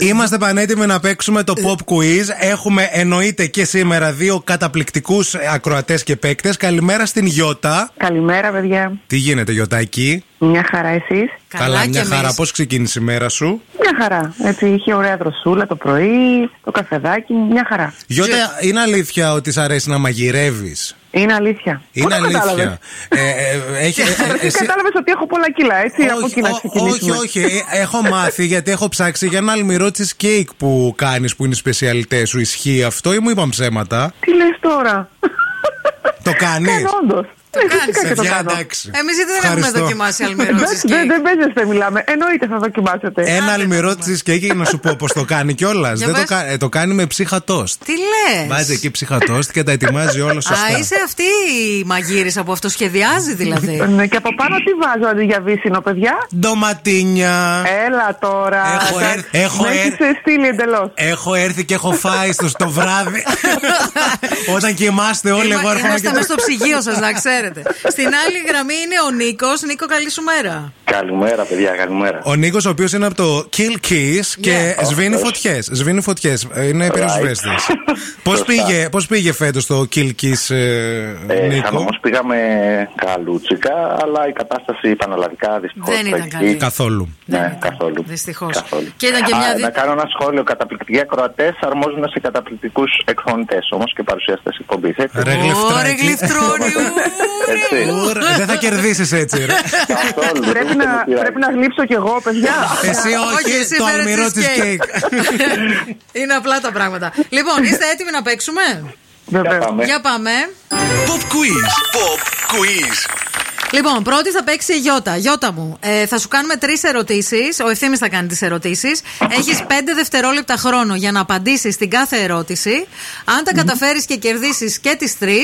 Είμαστε πανέτοιμοι να παίξουμε το pop quiz. Έχουμε εννοείται και σήμερα δύο καταπληκτικούς ακροατές και παίκτες. Καλημέρα στην Γιώτα. Καλημέρα, παιδιά. Τι γίνεται, Γιωτάκη. Μια χαρά εσείς. Καλά, μια κι χαρά. εμείς. Πώς ξεκίνησε η μέρα σου, Μια χαρά. Έτσι, είχε ωραία δροσούλα το πρωί, το καφεδάκι, μια χαρά. Γιώτα, είναι αλήθεια ότι σ' αρέσει να μαγειρεύεις. Είναι αλήθεια. Είναι αλήθεια. Κατάλαβες Ε, ε, έχει- ε, Εσύ... εσύ- κατάλαβες ότι έχω πολλά κιλά, έτσι, από εκεί όχι, να ό- όχι, ξεκινήσουμε. όχι. Ε, Έχω μάθει γιατί έχω ψάξει για ένα αλμυρό cheesecake που κάνεις που είναι η σπεσιαλιτές σου. Ισχύει αυτό ή μου είπαν ψέματα. Τι λες τώρα. Το κάνεις? Κάνω όντως. Το Ναι, κάνεις, φυσικά και το Παιδιά, κάνω. εντάξει. Εμείς γιατί δεν Ευχαριστώ. έχουμε δοκιμάσει αλμυρό Εντάξει, δεν, δεν παίζεστε, μιλάμε. Εννοείται θα δοκιμάσετε. Ένα Άντε, αλμυρό να δούμε. cheesecake να σου πω πώς το κάνει κιόλας. Για Δεν το, πες. κα- ε, το κάνει με ψύχα toast. Τι λες. Βάζει εκεί ψύχα toast και τα ετοιμάζει όλα σωστά. Α, είσαι αυτή η μαγείρισα που αυτό σχεδιάζει Ε. δηλαδή. Ναι, και από πάνω τι βάζω αντί για βύσινο, παιδιά. Ντοματίνια. Έλα τώρα. Έχω Εντάξει, έρθει- έχω ε. με έχεις έρθει. στείλει εντελώς. Έχω έρθει και έχω φάει στο το βράδυ. Όταν κοιμάστε όλοι, εγώ Είμα- έρχομαι και. Είμαστε μέσα στο ψυγείο σας, να ξέρετε. Στην άλλη γραμμή είναι ο Νίκος. Νίκο, καλή σου μέρα. Καλημέρα, παιδιά, καλημέρα. Ο Νίκος, ο οποίος είναι από το Kill Kiss και Yeah. σβήνει φωτιές. Σβήνει φωτιές. Είναι πυροσβέστης. Πώς Σωστά. πήγε, πώς πήγε φέτος το Kill Kiss, ε, Ε, Νίκο. Χαμός πήγαμε καλούτσικα, αλλά η κατάσταση επαναλαβικά δυστυχώς Δεν ήταν καλή. Καθόλου. Ναι, καθόλου. Δυστυχώς. Καθόλου. Και ήταν και μια. Α, δι- Να κάνω ένα σχόλιο. Καταπληκτικοί ακροατές αρμόζουν σε καταπληκτικούς εκφωνητέ όμως και παρουσιαστές εκπομπής. Ρε γλυφτράκι. Ωρε γλυφτρόνιου. Έτσι. Ουρ, Ε, Δεν θα κερδίσεις έτσι, ρε. Πρέπει να, πρέπει να γλύψω κι εγώ, παιδιά. Εσύ Όχι, όχι, εσύ το φέρε αλμυρό τη κέικ. cheesecake. Είναι απλά τα πράγματα. Λοιπόν, είστε έτοιμοι να παίξουμε. Βεβαίως. Για πάμε. Ναι. Pop quiz. Pop quiz. Λοιπόν, πρώτη θα παίξει η Γιώτα. Γιώτα μου, ε, θα σου κάνουμε τρεις ερωτήσεις. Ο ευθύνη θα κάνει τις ερωτήσεις. Έχεις πέντε δευτερόλεπτα χρόνο για να απαντήσεις στην κάθε ερώτηση. Αν τα καταφέρεις και κερδίσεις και τις τρεις,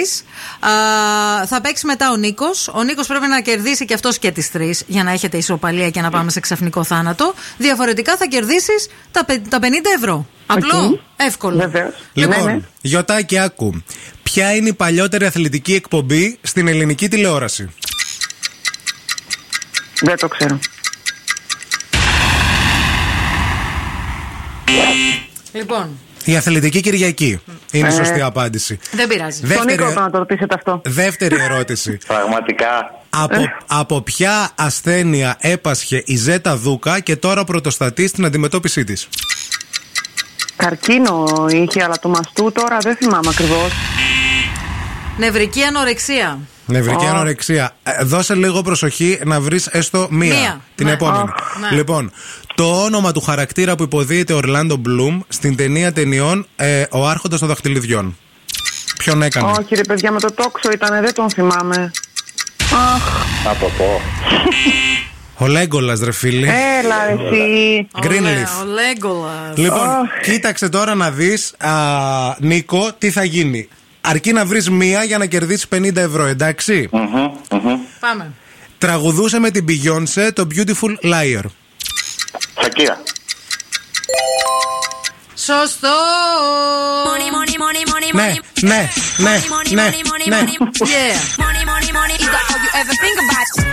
θα παίξει μετά ο Νίκος. Ο Νίκος πρέπει να κερδίσει και αυτός και τις τρεις για να έχετε ισοπαλία και να πάμε σε ξαφνικό θάνατο. Διαφορετικά θα κερδίσεις τα, πε- τα 50 ευρώ. Απλό, εύκολο. Βεβαίως. Ναι, ναι. Λοιπόν, Γιωτάκη, άκου. Ποια είναι η παλιότερη αθλητική εκπομπή στην ελληνική τηλεόραση. Δεν το ξέρω. Λοιπόν, Η αθλητική Κυριακή είναι η σωστή απάντηση. δεν πειράζει. Τον Δεύτερη, Νίκο να το ρωτήσετε αυτό. δεύτερη ερώτηση. Πραγματικά. από, από ποια ασθένεια έπασχε η Ζέτα Δούκα και τώρα πρωτοστατεί στην αντιμετώπιση της. Καρκίνο είχε, αλλά το μαστού τώρα δεν θυμάμαι ακριβώς. Νευρική ανορεξία. Νευρική Ω. Ναι, ανορεξία. Ε, δώσε λίγο προσοχή να βρεις έστω μία. Μία. Την Ναι. επόμενη. Ω. Ναι. Λοιπόν, το όνομα του χαρακτήρα που υποδίεται Ορλάντο Μπλουμ στην ταινία ταινιών ε, Ο Άρχοντας των Δαχτυλιδιών. Ποιον έκανε. Όχι, ρε παιδιά, με το τόξο ήταν, δεν τον θυμάμαι. Να το πω. Ο Λέγκολας ρε φίλη. Έλα, ρε, εσύ. Greenleaf. Ο Λέγκολας. Λοιπόν, Αχ. κοίταξε τώρα να δεις α, Νίκο, τι θα γίνει. Αρκεί να βρεις μία για να κερδίσεις 50 ευρώ, εντάξει. Μμμ, μμμ. Πάμε. Τραγουδούσε με την Beyoncé το Beautiful Liar. Σακύρα. Σωστό! Money, money, money, money, Ναι, money. ναι, ναι, Money, money, ναι, money, money, ναι. Yeah. money. Money, money, money is all you ever think about.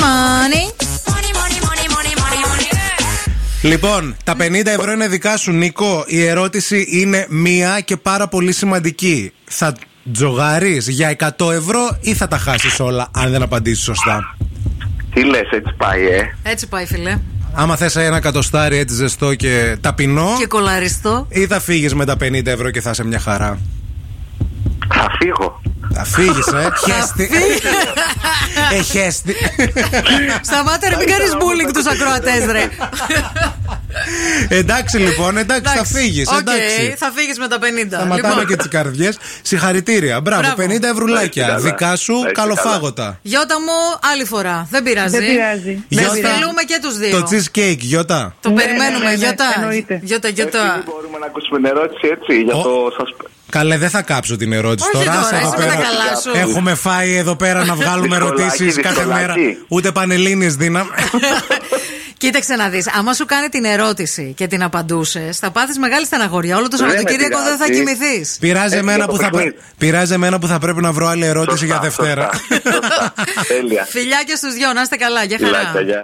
Money. Money, money, money, money, money, money. Λοιπόν, τα 50 ευρώ είναι δικά σου, Νίκο. Η ερώτηση είναι μία και πάρα πολύ σημαντική. Θα τζογάρεις για 100 ευρώ ή θα τα χάσεις όλα αν δεν απαντήσεις σωστά. Τι λες, έτσι πάει, ε. Έτσι πάει, φίλε. Άμα θες ένα εκατοστάρι έτσι ζεστό και ταπεινό Και κολαριστό. ή θα φύγεις με τα 50 ευρώ και θα είσαι μια χαρά. Θα φύγω. Θα φύγεις, ε. Χέστη. Ε, χέστη. Σταμάτα ρε, μην κάνεις bullying τους ακροατές, ρε. Εντάξει λοιπόν, εντάξει, θα φύγεις, Οκ, εντάξει. θα φύγεις με τα Λοιπόν, 50. Σταματάμε και τις καρδιές. Συγχαρητήρια. Μπράβο, Μπράβο. 50 ευρουλάκια. Καλά. Δικά σου, Έχει καλά. καλοφάγωτα. Γιώτα μου, άλλη φορά. Δεν πειράζει. Δεν πειράζει. Δεν Γιώτα, φιλούμε και τους δύο. Το cheesecake, Γιώτα. Το Ναι, περιμένουμε, ναι, ναι, Γιώτα. εννοείται. Γιώτα, Επειδή Ε, Γιώτα. μπορούμε να ακούσουμε την ερώτηση έτσι για Ο. το. σας- Καλέ, δεν θα κάψω την ερώτηση Όχι τώρα. τώρα, άσε εδώ είσαι με τα πέρα. καλά σου. Έχουμε φάει εδώ πέρα να βγάλουμε Δυσκολάκι, ερωτήσεις κάθε δυσκολάκι. μέρα. Ούτε πανελίνε δύναμη. Κοίταξε να δεις. Άμα σου κάνει την ερώτηση και την απαντούσες, θα πάθεις μεγάλη στεναχωριά. Όλο το Δεν Ναι, με Σαββατοκύριακο δεν θα πειράζει. κοιμηθείς. Πειράζει Έτσι εμένα το που θα παιχνίδι. πρέ- πειράζει εμένα που θα πρέπει να βρω άλλη ερώτηση Σωστά, για Δευτέρα. σωστά, σωστά. Τέλεια. Φιλιά και στους δυο, να είστε καλά. Γεια χαρά. Φιλάκια, γεια.